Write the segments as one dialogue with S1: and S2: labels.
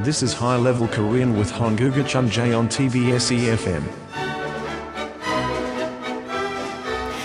S1: This is High Level Korean with Honguga Chunjae on TBS EFM.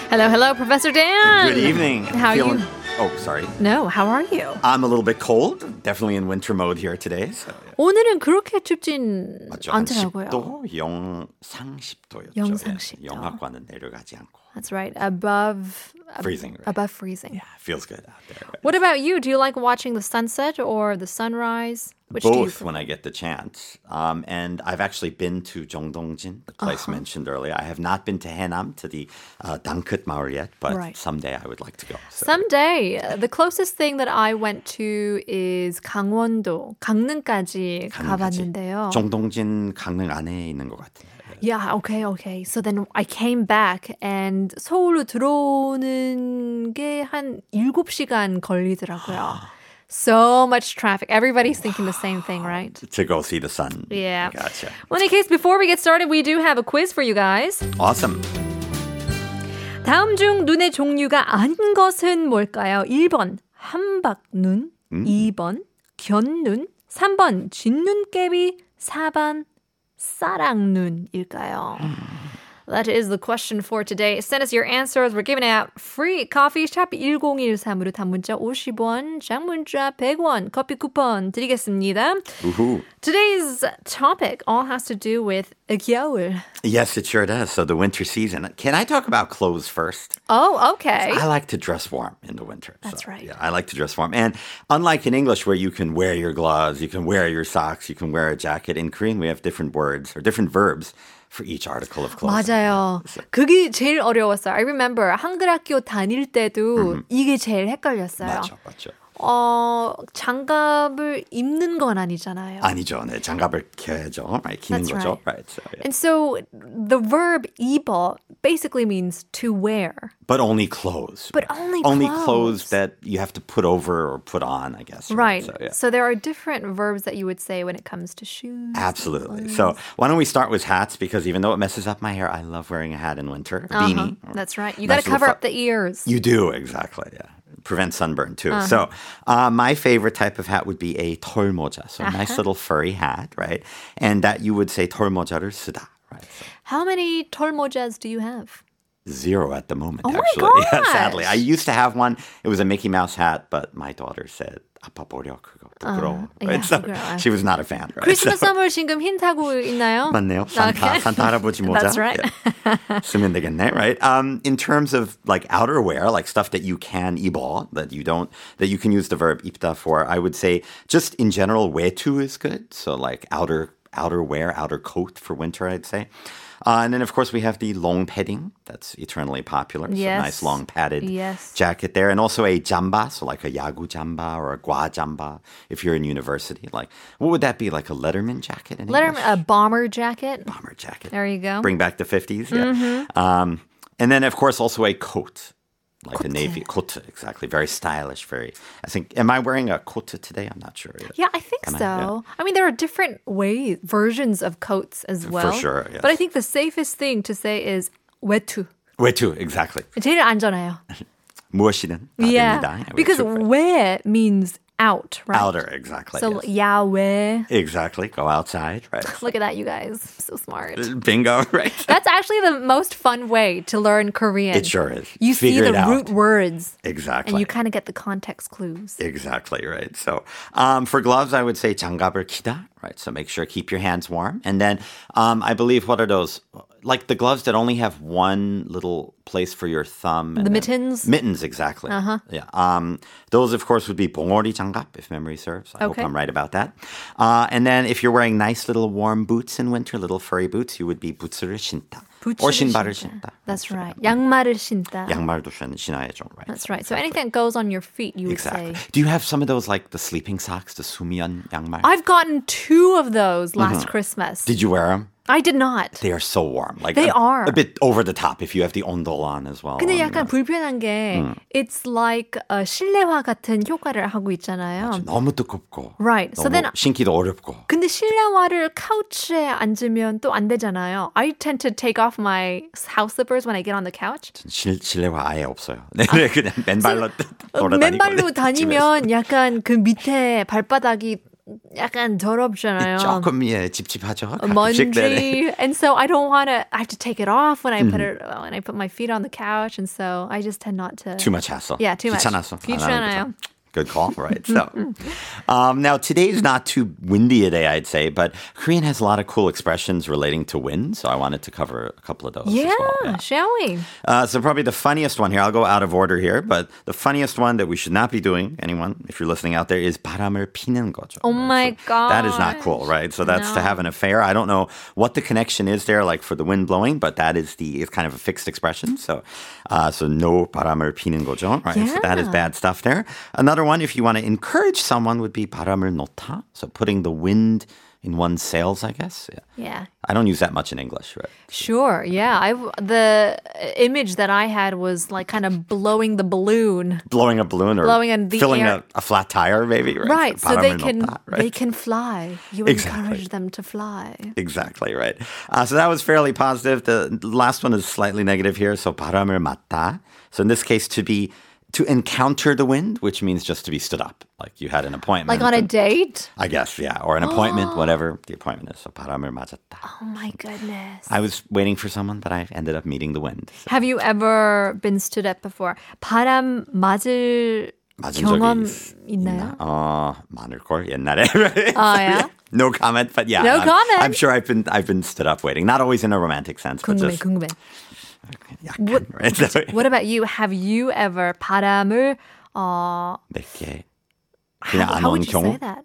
S2: Hello, hello, Professor Dan.
S3: Good evening.
S2: How are you?
S3: Oh, sorry.
S2: No, how are you?
S3: I'm a little bit cold. Definitely in winter mode here today. So,
S2: 오늘은 그렇게 춥진
S3: 맞죠? 한
S2: 않더라고요.
S3: 10도, 영상 10도였죠.
S2: 영상 10도.
S3: 영하과는 내려가지 않고.
S2: That's right, above ab-
S3: Freezing, right?
S2: Above freezing.
S3: Yeah, feels good out there.
S2: What about you? Do you like watching the sunset or the sunrise? Which do you
S3: Both
S2: prefer?
S3: when I get the chance. Um, and I've actually been to Jongdongjin, the place
S2: Uh-huh.
S3: mentioned earlier. I have not been to Henam, to the uh, Dangkut Maor yet, but
S2: Right.
S3: someday I would like to go. So.
S2: Someday, uh, the closest thing that I went to is 강원도, 강릉까지 가봤는데요.
S3: 정동진 강릉 안에 있는 것 같아요.
S2: Yeah, okay, okay. So then I came back and 서울로 들어오는 게 한 7시간 걸리더라고요. So much traffic. Everybody's thinking the same thing, right?
S3: To go see the sun.
S2: Yeah.
S3: Gotcha.
S2: Well, in any case, before we get started, we do have a quiz for you guys.
S3: Awesome.
S2: 다음 중 눈의 종류가 아닌 것은 뭘까요? 1번 함박눈, 2번 견눈, 3번 진눈깨비, 4번 사랑눈일까요? That is the question for today. Send us your answers. We're giving out free coffee shop 1013으로 단문자 50원, 장문자 100원, 커피 쿠폰 드리겠습니다.
S3: Woohoo.
S2: Today's topic all has to do with 겨울.
S3: Yes, it sure does. So the winter season. Can I talk about clothes first?
S2: Oh, okay.
S3: I like to dress warm in the winter.
S2: That's right.
S3: Yeah, I like to dress warm. And unlike in English where you can wear your gloves, you can wear your socks, you can wear a jacket, in Korean we have different words or different verbs for each article of clothing.
S2: 맞아요. 그게 제일 어려웠어요. I remember 한글 학교 다닐 때도 이게 제일 헷갈렸어요.
S3: 맞죠, 맞죠.
S2: 어, 장갑을 입는 건 아니잖아요.
S3: 아니죠. 네, 장갑을 껴야죠. Right, 끼는
S2: That's
S3: 거죠.
S2: right.
S3: Right. so, yeah.
S2: And so the verb 입어 basically means to wear.
S3: But only clothes.
S2: But only
S3: Only
S2: clothes.
S3: clothes that you have to put over or put on, I guess.
S2: Right.
S3: So, yeah.
S2: So there are different verbs that you would say when it comes to shoes.
S3: Ah.
S2: Oh,
S3: Absolutely. So why don't we start with hats? Because even though it messes up my hair, I love wearing a hat in winter. Beanie.
S2: Uh-huh. That's right. You got to
S3: Nice little
S2: cover
S3: fro-
S2: up the ears.
S3: You do exactly. Yeah. Prevent sunburn too.
S2: Uh-huh.
S3: So, uh, my favorite type of hat would be a 털모자. So, a
S2: Uh-huh.
S3: nice little furry hat, right? And that you would say 털모자를 쓰다, right? So,
S2: How many 털모jas do you have?
S3: zero at the moment,
S2: Oh my
S3: actually. Yeah, sadly. I
S2: gosh.
S3: used to have one. It was a Mickey Mouse hat, but my daughter said, 아빠 버려, 그거 부끄러워.
S2: Uh-huh. yeah,
S3: right? So,
S2: 부끄러워.
S3: she was not a fan, right? So-
S2: 크리스마스 선물 지금 흰타고 있나요?
S3: 맞네요. 산타,
S2: Okay.
S3: 산타 할아버지 모자.
S2: That's right.
S3: uh, Yeah. 쓰면 되겠네, right? Um, in terms of like outerwear, like stuff that you can 입어, that you don't, that you can use the verb 입다 for, I would say just in general, 외투 is good. So like outer, outerwear, outer coat for winter, I'd say. Uh, and then of course we have the long padding. That's eternally popular. So
S2: Yes.
S3: nice long padded
S2: Yes.
S3: jacket there, and also a jamba, so like a yagu jamba or a gua jamba. If you're in university, like what would that be? Like a Letterman jacket? In
S2: Letterman,
S3: English?
S2: a bomber jacket.
S3: bomber jacket.
S2: There you go. Mm-hmm.
S3: Bring back the 50s. Yeah. Um, and then, of course, also a coat, like a navy coat. Exactly. Very stylish. Very, I think, am I wearing a coat today? I'm not sure. yet.
S2: Yeah, I think
S3: Am I?
S2: so. I, mean, there are different ways, versions of coats as well.
S3: sure,
S2: But I
S3: yes.
S2: think the safest thing to say is 외투.
S3: Way too, exactly.
S2: 제일 안전해요.
S3: 무엇이든
S2: Yeah.
S3: 답입니다. 외투
S2: Because
S3: for-
S2: 외 means out, right?
S3: outer, exactly.
S2: So
S3: yes.
S2: 야외.
S3: Exactly. Go outside, right?
S2: Look at that, you guys. So smart.
S3: Bingo, right?
S2: That's actually the most fun way to learn Korean.
S3: It sure is.
S2: You see
S3: Figure
S2: the
S3: it out.
S2: root words
S3: Exactly.
S2: and you kind of get the context clues.
S3: Exactly right. So um, for gloves, I would say 장갑을 기다, right? So make sure keep your hands warm. And then um, I believe what are those? Like the gloves that only have one little place for your thumb. and
S2: The
S3: then-
S2: mittens? Uh-huh.
S3: Mittens, exactly. Uh huh. Yeah. Um, those, of course, would be 봉오리 장갑, if memory serves. I
S2: Okay.
S3: hope I'm right about that. Uh, and then if you're wearing nice little warm boots in winter, little furry boots, you would be 부츠를 신다. or 신발을 신다.
S2: That's right. 양말을 신다.
S3: 양말도 신- 신어야죠, right?
S2: That's right. So anything that goes on your feet, you would
S3: Exactly.
S2: say.
S3: Do you have some of those, like the sleeping socks, the sumian 양말?
S2: I've gotten two of those last Christmas.
S3: Mm-hmm. Did you wear them?
S2: I did not.
S3: They are so warm. Like
S2: They
S3: a,
S2: are.
S3: a bit over the top if you have the ondol on as well.
S2: 근데
S3: on,
S2: 약간 불편한 게 it's like a 실내화 같은 효과를 하고 있잖아요.
S3: uh, 너무 두껍고.
S2: Right. So
S3: 너무
S2: then-
S3: 신기도 어렵고.
S2: 근데 실내화를 카우치에 앉으면 또 안 되잖아요. I tend to take off my house slippers when I get on the couch.
S3: 실, 실내화 아예 없어요. 네, 네, 그냥 맨발로
S2: 어,
S3: 돌아다니고.
S2: 맨발로
S3: 집에서.
S2: 다니면 약간 그 밑에 발바닥이 약간 더럽잖아요.
S3: 조금 예 찝찝하죠. 가끔씩, 네네.
S2: Mungy, and so I don't want to. I have to take it off when I put it when I put my feet on the couch, and so I just tend not to.
S3: Too much hassle.
S2: Yeah, too much.
S3: 귀찮아서. 안 하는
S2: 귀찮아요.
S3: 거죠. Good call, right? So, um, now today's not too windy a day, I'd say, but Korean has a lot of cool expressions relating to wind, so I wanted to cover a couple of those. as
S2: Yeah,
S3: well.
S2: shall we?
S3: Uh, so probably the funniest one here. I'll go out of order here, but the funniest one that we should not be doing, anyone, if you're listening out there, is 바람을 피는 거죠.
S2: Oh my god,
S3: That is not cool, right? So that's to have an affair. I don't know what the connection is there, like for the wind blowing, but that is the it's kind of a fixed expression. So, uh, so no 바람을 피는 거죠, right? So that is bad stuff there. Another one, if you want to encourage someone, would be 바람을 놓다. So putting the wind in one's sails, I guess. Yeah.
S2: Yeah,
S3: I don't use that much in English, right?
S2: sure. Yeah, I w- the image that I had was like kind of blowing the balloon.
S3: Blowing a balloon or
S2: Blowing in the
S3: filling
S2: air.
S3: A, a flat tire, maybe, right?
S2: Right, so they
S3: 바람을
S2: can
S3: 놓다, right?
S2: they can fly. You
S3: Exactly.
S2: encourage them to fly.
S3: Exactly right. Uh, so that was fairly positive. The last one is slightly negative here. So 바람을 맞다. So in this case, to be to encounter the wind, which means just to be stood up, like you had an appointment.
S2: Like on a
S3: and-
S2: date?
S3: I guess, yeah, or an appointment, whatever the appointment is. So 바람을 맞았다.
S2: Oh my goodness.
S3: I was waiting for someone, but I ended up meeting the wind.
S2: Have you ever been stood up before? 바람 맞을
S3: 맞은 적이
S2: 경험
S3: 있-
S2: 있나요?
S3: 어, 많을 걸 옛날에. right?
S2: 아, yeah?
S3: no comment, but yeah.
S2: No
S3: I'm-
S2: comment.
S3: I'm sure I've been I've been stood up waiting, not always in a romantic sense, but
S2: 궁금해,
S3: just
S2: 궁금해.
S3: 약간,
S2: What-
S3: right? So-
S2: What about you? Have you ever 바람을 어
S3: 내게 그냥
S2: how,
S3: 안
S2: how
S3: 온
S2: would you say
S3: 경우
S2: that?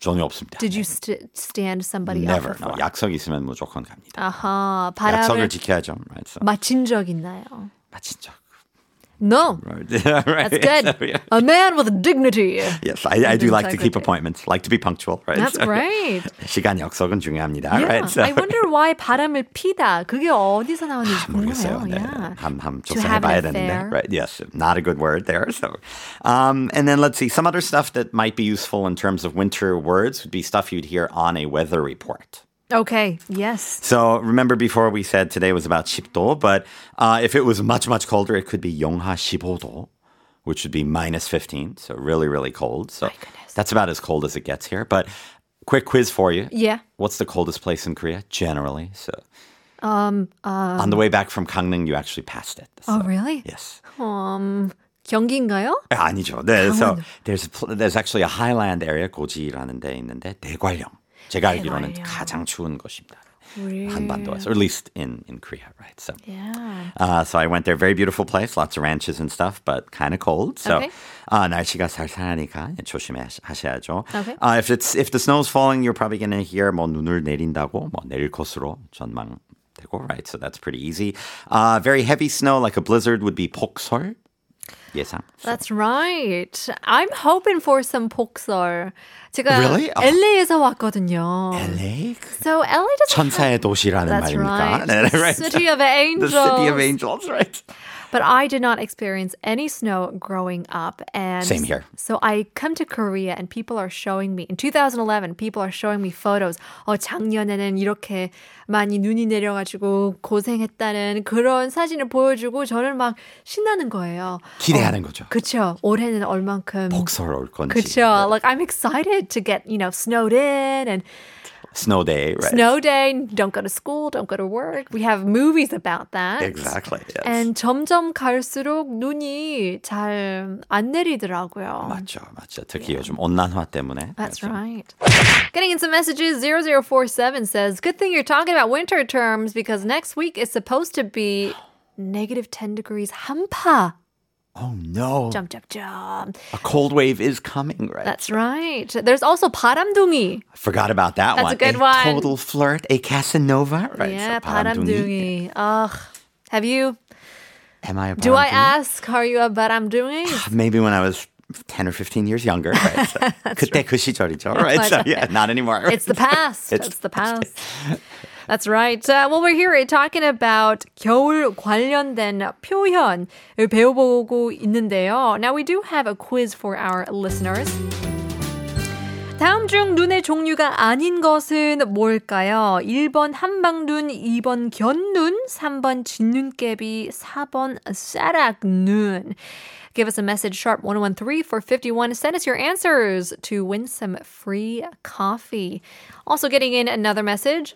S3: 전혀 없습니다.
S2: Did you st- stand somebody
S3: Never.
S2: up
S3: No.
S2: before?
S3: 약속 있으면 무조건 갑니다.
S2: 아하,
S3: 약속을
S2: 바람을
S3: 지켜야죠. Right. So.
S2: 맞힌 적 있나요?
S3: 마친 적.
S2: No.
S3: Right. That's
S2: It's good. A man with dignity.
S3: Yes, I, I do like to
S2: Integrity.
S3: keep appointments, like to be punctual, right?
S2: That's
S3: So,
S2: great.
S3: 시간 약속은 중요합니다,
S2: Yeah.
S3: right? So,
S2: I wonder why 바람을 피다 그게 어디서 나오는지
S3: 모르겠어요.
S2: 궁금해요.
S3: 네.
S2: Yeah.
S3: 한, 한
S2: To have an
S3: 조사해봐야 되는데.
S2: affair.
S3: Right. Yes. Not a good word there. So, um, and then let's see. Some other stuff that might be useful in terms of winter words would be stuff you'd hear on a weather report.
S2: Okay. Yes.
S3: So remember before we said today was about 10도, but uh, if it was much, much colder, it could be 영하 15도, which would be minus 15. So really, really cold. So that's about as cold as it gets here. But quick quiz for you.
S2: Yeah.
S3: What's the coldest place in Korea generally? So um, on the way back from Gangneung, you actually passed it. So,
S2: uh, Oh, really?
S3: Yes.
S2: Um, 경기인가요?
S3: 아니죠. 네, so there's a pl- there's actually a highland area 고지라는 데 있는데 대관령. 제가 알기로는
S2: 대관령.
S3: 가장 추운 곳입니다.
S2: Really?
S3: 한반도에서, or at least in in Korea, right? So
S2: Yeah.
S3: Uh, so I went there. Very beautiful place, lots of ranches and stuff, but kind of cold. So
S2: Okay.
S3: uh, 날씨가 살살하니까 조심하셔야죠.
S2: Okay.
S3: Uh, if it's if the snow's falling, you're probably gonna hear 뭐 눈을 내린다고 뭐 내릴 것으로 전망. right, so that's pretty easy. Uh, very heavy snow, like a blizzard, would be 폭설. 예상.
S2: That's right. I'm hoping for some 폭설. 제가
S3: Really? 아.
S2: LA에서 왔거든요.
S3: LA?
S2: So LA doesn't
S3: 천사의
S2: Mm.
S3: 도시라는
S2: That's
S3: 말입니까?
S2: right.
S3: 네, 네, right.
S2: City of
S3: The
S2: Angels.
S3: city of angels, right?
S2: But I did not experience any snow growing up, and
S3: Same here.
S2: So I come to Korea, and people are showing me in 2011. People are showing me photos. 어 작년에는 이렇게 많이 눈이 내려가지고 고생했다는 그런 사진을 보여주고 저는 막 신나는 거예요.
S3: 기대하는 거죠.
S2: 그쵸? 올해는 얼만큼
S3: 폭설 올 건지.
S2: 그쵸? Like I'm excited to get you know snowed in and
S3: Snow day, right?
S2: snow day. Don't go to school. Don't go to work. We have movies about that.
S3: Exactly. Yes.
S2: And 점점 갈수록 눈이 잘 안 내리더라고요.
S3: 맞죠, 맞죠. 특히 요즘 온난화 때문에.
S2: That's
S3: 그래서
S2: right. Getting in some messages, 0047 says, Good thing you're talking about winter terms because next week is supposed to be negative 10 degrees 한파.
S3: Oh no,
S2: Jump, jump, jump.
S3: a cold wave is coming, right?
S2: That's right. There's also 바람둥이.
S3: Forgot about that
S2: That's
S3: one.
S2: a good one.
S3: Total flirt, a Casanova, right?
S2: Yeah,
S3: so
S2: 바람둥이.
S3: 바람둥이.
S2: Ugh. Have you,
S3: Am I a
S2: do I
S3: 바람둥이?
S2: ask, are you a 바람둥이?
S3: Maybe when I was ten or fifteen years younger, right? So, 그때 그 시절이죠, right? So
S2: 맞아요.
S3: yeah, not anymore.
S2: It's the past. it's,
S3: It's
S2: the past. That's right. Uh, well, we're here talking about 겨울 관련된 표현을 배워보고 있는데요. Now, we do have a quiz for our listeners. 다음 중 눈의 종류가 아닌 것은 뭘까요? 1번 한방눈, 2번 견눈, 3번 진눈깨비, 4번 싸락눈. Give us a message, sharp 1013 for 51. Send us your answers to win some free coffee. Also, getting in another message.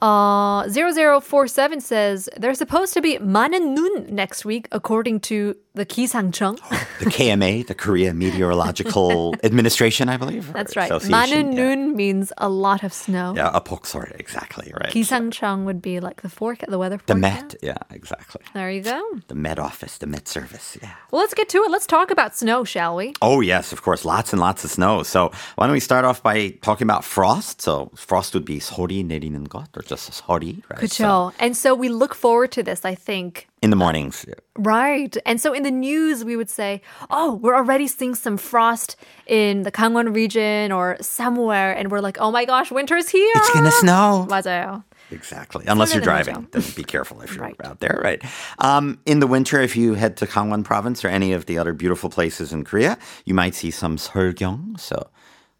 S2: Uh, 0047 says there's supposed to be 많은 눈 next week, according to the Kisangcheong.
S3: The KMA, the Korea Meteorological Administration, I believe. or
S2: That's right.
S3: Association,
S2: 많은
S3: yeah.
S2: 눈 means a lot of snow.
S3: Yeah, a poksor, exactly, right.
S2: 기상청 would be like the fork, the weather
S3: the
S2: forecast.
S3: Met, yeah, exactly.
S2: There you go.
S3: The Met office, the Met service, yeah.
S2: Well, let's get to it. Let's talk about snow, shall we?
S3: Oh, yes, of course. Lots and lots of snow. So, why don't we start off by talking about frost? So, frost would be 서리 내리는 것 or just 서리, right? So,
S2: 그쵸. And so we look forward to this, I think.
S3: in the mornings.
S2: Right. And so in the news, we would say, oh, we're already seeing some frost in the Gangwon region or somewhere. And we're like, oh my gosh, winter's here.
S3: It's going to snow.
S2: 맞아요.
S3: Exactly. Unless you're
S2: Sooner than
S3: driving, then be careful if you're
S2: Right.
S3: out there, right? Um, in the winter, if you head to Gangwon province or any of the other beautiful places in Korea, you might see some 설경, so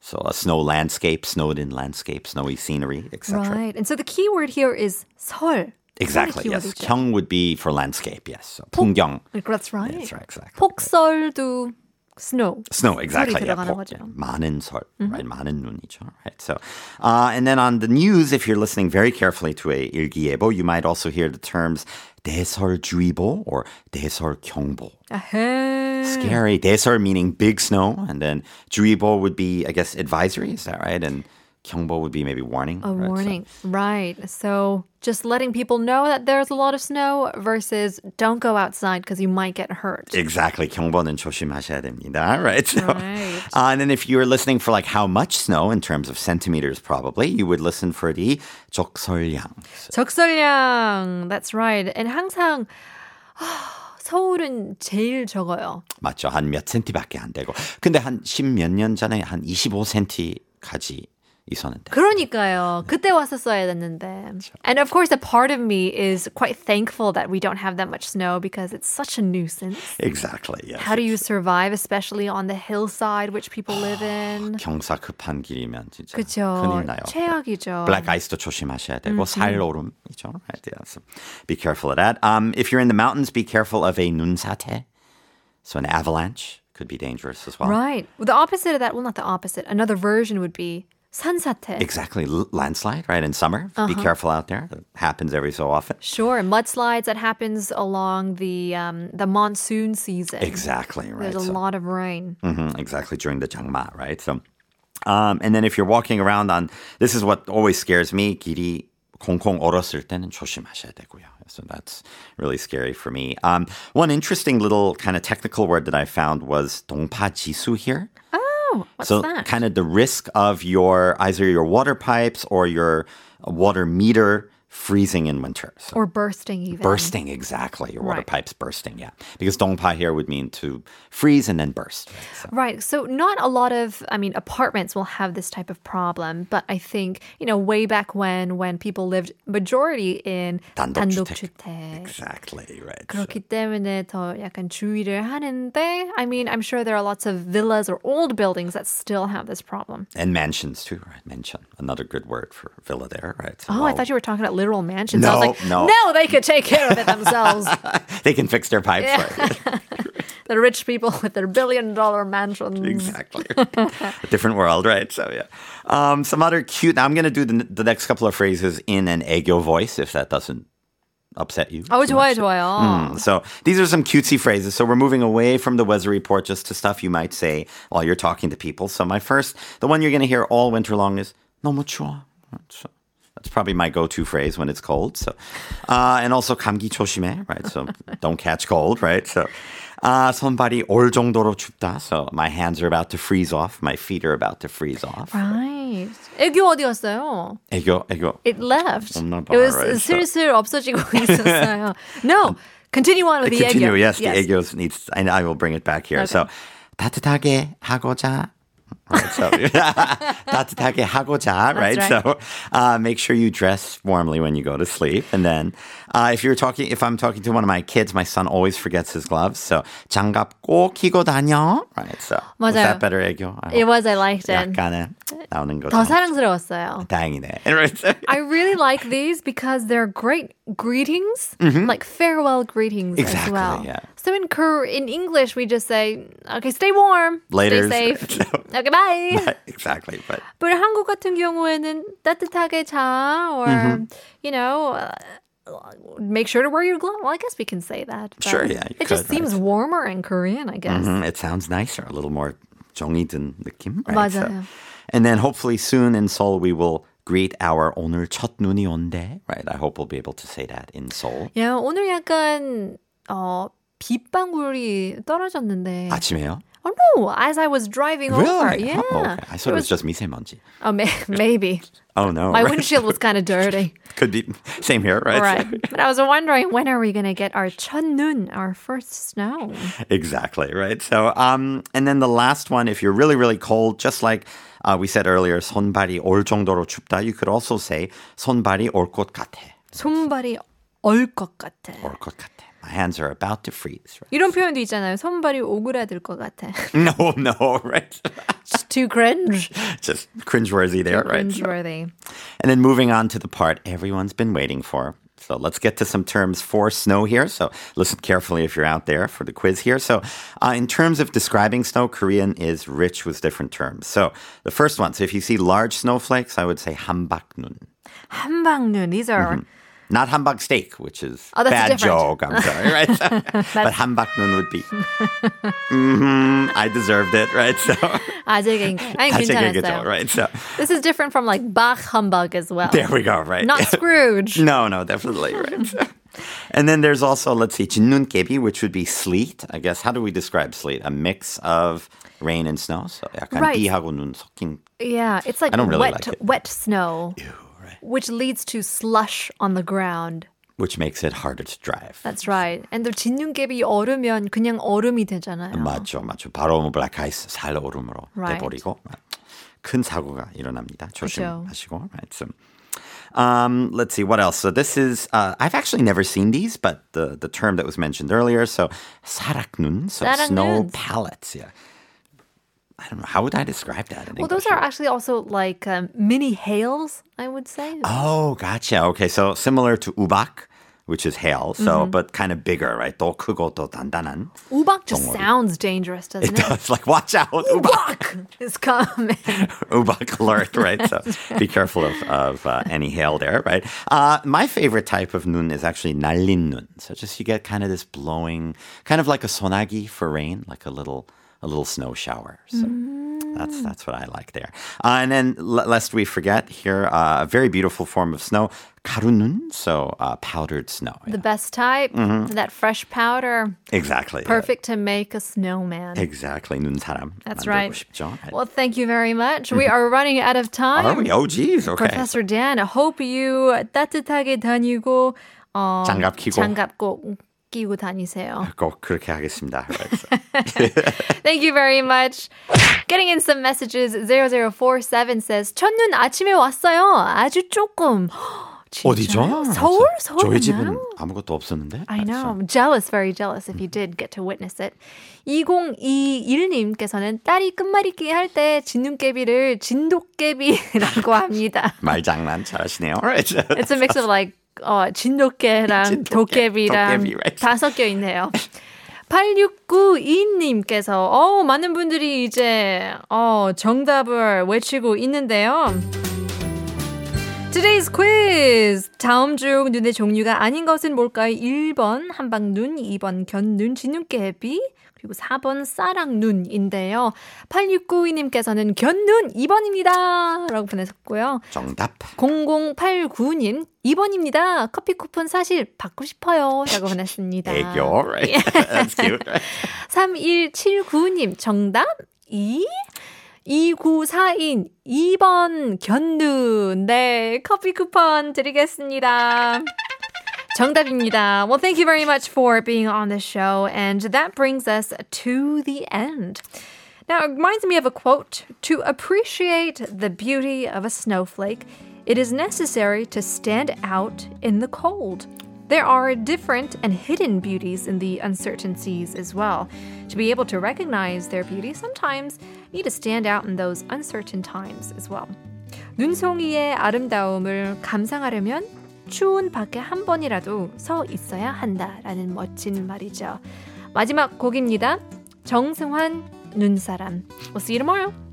S3: so a snow landscape, snowed-in landscape, snowy scenery, etc.
S2: Right. And so the key word here is 설.
S3: Exactly.
S2: 설이
S3: Yes.
S2: 키워드죠.
S3: 경 would be for landscape. Yes. So 풍경.
S2: Like, That's right.
S3: That's right. Exactly.
S2: 폭설도 snow.
S3: Snow, exactly.
S2: 들어가는
S3: po-
S2: 거죠.
S3: 많은 설, right? 많은 눈이죠, right? So, uh, and then on the news, if you're listening very carefully to a 일기예보, you might also hear the terms 대설주의보 or 대설경보.
S2: 아하.
S3: Scary. 대설 meaning big snow, and then 주의보 would be, I guess, advisory. Is that right? And 경보 would be maybe warning.
S2: A
S3: right? So-
S2: warning. Right. So just letting people know that there's a lot of snow versus don't go outside because you might get hurt.
S3: Exactly. 경보는 조심하셔야 됩니다. Right. So,
S2: Right.
S3: Uh, and then if you were listening for like how much snow in terms of centimeters, probably you would listen for the 적설량.
S2: 적설량. That's right. And 항상 서울은 제일 적어요.
S3: 맞죠? 한 몇 센티밖에 안 되고. 근데 한 십 몇 년 전에 한 25센티까지 있었는데.
S2: 그러니까요. 그때 왔었어야 됐는데. And of course, a part of me is quite thankful that we don't have that much snow because it's such a nuisance.
S3: Exactly. Yes.
S2: How do you survive, especially on the hillside which people live in?
S3: 경사 급한 길이면 진짜
S2: 그쵸.
S3: 큰일 나요.
S2: 최악이죠.
S3: Black ice도 조심하셔야 되고 살얼음이죠. Right? Yeah. So be careful of that. Um, if you're in the mountains, be careful of a 눈사태. So an avalanche could be dangerous as well.
S2: Right. Well, the opposite of that, well, not the opposite. Another version would be 산사태.
S3: Exactly. L- landslide, right? In summer. Be
S2: Uh-huh.
S3: careful out there. It happens every so often.
S2: sure, mudslides that happens along the um, the monsoon season.
S3: Exactly, right.
S2: There's a
S3: So-
S2: lot of rain.
S3: Mhm, exactly during the Changma, right? So, um, and then if you're walking around on this is what always scares me. 길이 콩콩 얼었을 때는 조심하셔야 되고요. So that's really scary for me. Um, one interesting little kind of technical word that I found was 동파 지수 here.
S2: Oh, what's
S3: so
S2: that?
S3: kind of the risk of your either your water pipes or your uh, water meter freezing in winter. So
S2: or bursting even.
S3: bursting exactly your water
S2: Right.
S3: pipes bursting, yeah. Because 동파 here would mean to freeze and then burst. right? So-
S2: Right. So not a lot of I mean apartments will have this type of problem, but I think, you know, way back when when people lived majority in
S3: 단독주택.
S2: 단독주택.
S3: Exactly right.
S2: 그렇기 때문에 더 약간 주의를 하는데 I mean I'm sure there are lots of villas or old buildings that still have this problem.
S3: And mansions too, right? Mansion, another good word for villa there, right? So
S2: Oh, I thought you were talking about literal mansions. I
S3: No,
S2: was like,
S3: no.
S2: no, they could take care of it themselves.
S3: they can fix their pipes. Right?
S2: the rich people with their billion dollar mansions.
S3: exactly. A different world, right? So yeah. Um, some other cute. Now I'm gonna do the, the next couple of phrases in an Egyo voice, if that doesn't upset you.
S2: Oh,
S3: too
S2: 좋아요,
S3: much.
S2: 좋아요.
S3: Mm, So these are some cutesy phrases. So we're moving away from the weather report just to stuff you might say while you're talking to people. So my first, the one you're going to hear all winter long is 너무 추워. So That's probably my go-to phrase when it's cold. So, uh, and also 감기 조심해, right? So don't catch cold, right? So, uh, 손발이 올 정도로 춥다. So my hands are about to freeze off. My feet are about to freeze off.
S2: Oh, Right. 애교 어디 갔어요?
S3: 애교, 애교.
S2: It left.
S3: 없나 봐,
S2: It was
S3: right, so-
S2: 슬슬 없어지고 있었어요. No, continue on with the
S3: Uh, continue.
S2: 애교.
S3: Yes, the egos needs, and I will bring it back here. So, 따뜻하게 하고자 Right? So 따뜻하게 하고자, right?
S2: right.
S3: So uh, make sure you dress warmly when you go to sleep. And then uh, if you're talking, if I'm talking to one of my kids, my son always forgets his gloves. So 장갑 꼭 끼고 다녀, right? So was
S2: 맞아요.
S3: that better, 애교? I
S2: It
S3: hope.
S2: was I liked it.
S3: 약간의 나오는 거죠.
S2: 더 사랑스러웠어요.
S3: 다행이네. Right?
S2: I really like these because they're great greetings, like farewell greetings as
S3: Mm-hmm. Exactly,
S2: well.
S3: yeah.
S2: So in Kor- in English, we just say, "Okay, stay warm,
S3: Later.
S2: stay safe, okay, bye."
S3: exactly. But
S2: but 한국 같은 경우에는 따뜻하게 자, or
S3: Mm-hmm.
S2: you know, uh, make sure to wear your glove. Well, I guess we can say that. but
S3: Sure, yeah, you
S2: It just
S3: could,
S2: seems warmer in Korean, I guess.
S3: Mm, it sounds nicer, a little more 정이 든 느낌. Right?
S2: 맞아요.
S3: and then hopefully soon in Seoul we will greet our 오늘 첫 눈이 온대. Right? I hope we'll be able to say that in Seoul.
S2: Yeah, 오늘 약간 어 빗방울이 떨어졌는데.
S3: 아침에요?
S2: Oh no! As I was driving over,
S3: Really?
S2: yeah,
S3: Oh, okay. I thought it was just 미세먼지.
S2: Oh, may- maybe
S3: Oh no.
S2: my
S3: right?
S2: windshield was kind of dirty.
S3: Could be same here, right?
S2: All right, but I was wondering when are we gonna get our 첫눈, our first snow?
S3: Exactly, right? So, um, and then the last one, if you're really, really cold, just like uh, we said earlier, 손발이 올 정도로 춥다, you could also say 손발이 올것 같아.
S2: 손발이 얼것 같아.
S3: 올것 같아. My hands are about to freeze. Right?
S2: 이런 표현도 있잖아요. 손발이 오그라들 것 같아.
S3: No, no, right?
S2: It's too cringe.
S3: Just cringeworthy there, right?
S2: Cringeworthy.
S3: And then moving on to the part everyone's been waiting for. So let's get to some terms for snow here. So listen carefully if you're out there for the quiz here. So, uh, in terms of describing snow, Korean is rich with different terms. So, the first one, so if you see large snowflakes, I would say hambaknun.
S2: 한방눈. These are
S3: Not hambak steak, which is
S2: Oh, that's
S3: bad
S2: different.
S3: joke. I'm sorry, right? but hambaknun would be. Mhm, I deserved it, right? So,
S2: 아재갱. 아니
S3: I take a good
S2: 괜찮았어요.
S3: joke, right? So,
S2: This is different from like Bach humbug as well.
S3: there we go, right?
S2: Not Scrooge.
S3: No, no, definitely right. and then there's also let's see, 진눈깨비, which would be sleet. I guess how do we describe sleet? A mix of rain and snow. So 약간
S2: Right.
S3: 비하고 눈 섞인.
S2: Yeah, it's like
S3: I don't really
S2: wet,
S3: like it.
S2: wet snow, which leads to slush on the ground.
S3: Which makes it harder to drive.
S2: That's right. And 또 진눈깨비 얼으면 그냥 얼음이 되잖아요.
S3: 맞죠, 맞죠. 바로 black ice 살 오름으로
S2: Right.
S3: 돼버리고 큰 사고가 일어납니다. 조심하시고. Right. So, um, let's see what else. So this is uh, I've actually never seen these, but the the term that was mentioned earlier. So 사락눈, so snow
S2: 사락눈.
S3: pallets. Yeah. I don't know how would I describe that. In
S2: Well, those
S3: English?
S2: are actually also like um, mini hails, I would say.
S3: Oh, gotcha. Okay, so similar to ubak, which is hail, so
S2: Mm-hmm.
S3: but kind of bigger, right? 더 크고 더 단단한.
S2: Ubak just sounds dangerous, doesn't it?
S3: It's like watch out, ubak.
S2: Ubak is coming.
S3: Ubak alert, right? So be careful of, of uh, any hail there, right? Uh, my favorite type of nun is actually nalin nun. So just you get kind of this blowing, kind of like a sonagi for rain, like a little a little snow shower. So
S2: Mm.
S3: that's that's what I like there. Uh, and then l- lest we forget, here uh, a very beautiful form of snow, karunun, so uh, powdered snow.
S2: the best type,
S3: Mm-hmm.
S2: that fresh powder,
S3: Exactly.
S2: perfect to make a snowman.
S3: Exactly. 눈 사람.
S2: That's
S3: 만들고
S2: right.
S3: 싶죠?
S2: Well, thank you very much. We are running out of time.
S3: Are we? Oh, geez. Okay.
S2: Professor Dan, I hope you 따뜻하게 다니고 어,
S3: 장갑 끼고.
S2: 장갑 꼭 끼고 다니세요.
S3: 꼭 그렇게 하겠습니다. Right, so.
S2: Thank you very much. Getting in some messages. 0047 says 첫눈 아침에 왔어요. 아주 조금. 진짜요?
S3: 어디죠? 아,
S2: 서울?
S3: 저-
S2: 서울
S3: 저희
S2: 있나요?
S3: 집은 음. 아무것도 없었는데.
S2: I know. I'm jealous, very jealous if you did get to witness it. 2021님께서는 딸이 끝말잇기 할 때 진눈깨비를 진돗깨비라고 합니다.
S3: 말장난 잘하시네요. Right.
S2: It's a mix of like 어, 진돗개랑
S3: 진돗개,
S2: 도깨비랑
S3: 도깨비, right.
S2: 다 섞여 있네요. 8692님께서 어, 많은 분들이 이제 어, 정답을 외치고 있는데요. Today's quiz! 다음 중 눈의 종류가 아닌 것은 뭘까요? 1번 한방눈, 2번 견눈, 진눈깨비, 그리고 4번 싸랑눈인데요. 8692님께서는 견눈 2번입니다! 라고 보내셨고요.
S3: 정답.
S2: 0089님 2번입니다. 커피 쿠폰 사실 받고 싶어요. 라고 보냈습니다.
S3: 애교. Right. That's cute. Right?
S2: 3179님 정답 2 2942인 2번 견눈 네 커피 쿠폰 드리겠습니다. 정답입니다. Well, thank you very much for being on the show. And that brings us to the end. Now, it reminds me of a quote To appreciate the beauty of a snowflake, it is necessary to stand out in the cold. There are different and hidden beauties in the uncertainties as well. To be able to recognize their beauty, sometimes you need to stand out in those uncertain times as well. 눈송이의 아름다움을 감상하려면 추운 밖에 한 번이라도 서 있어야 한다라는 멋진 말이죠. 마지막 곡입니다. 정승환 눈사람. We'll see you tomorrow.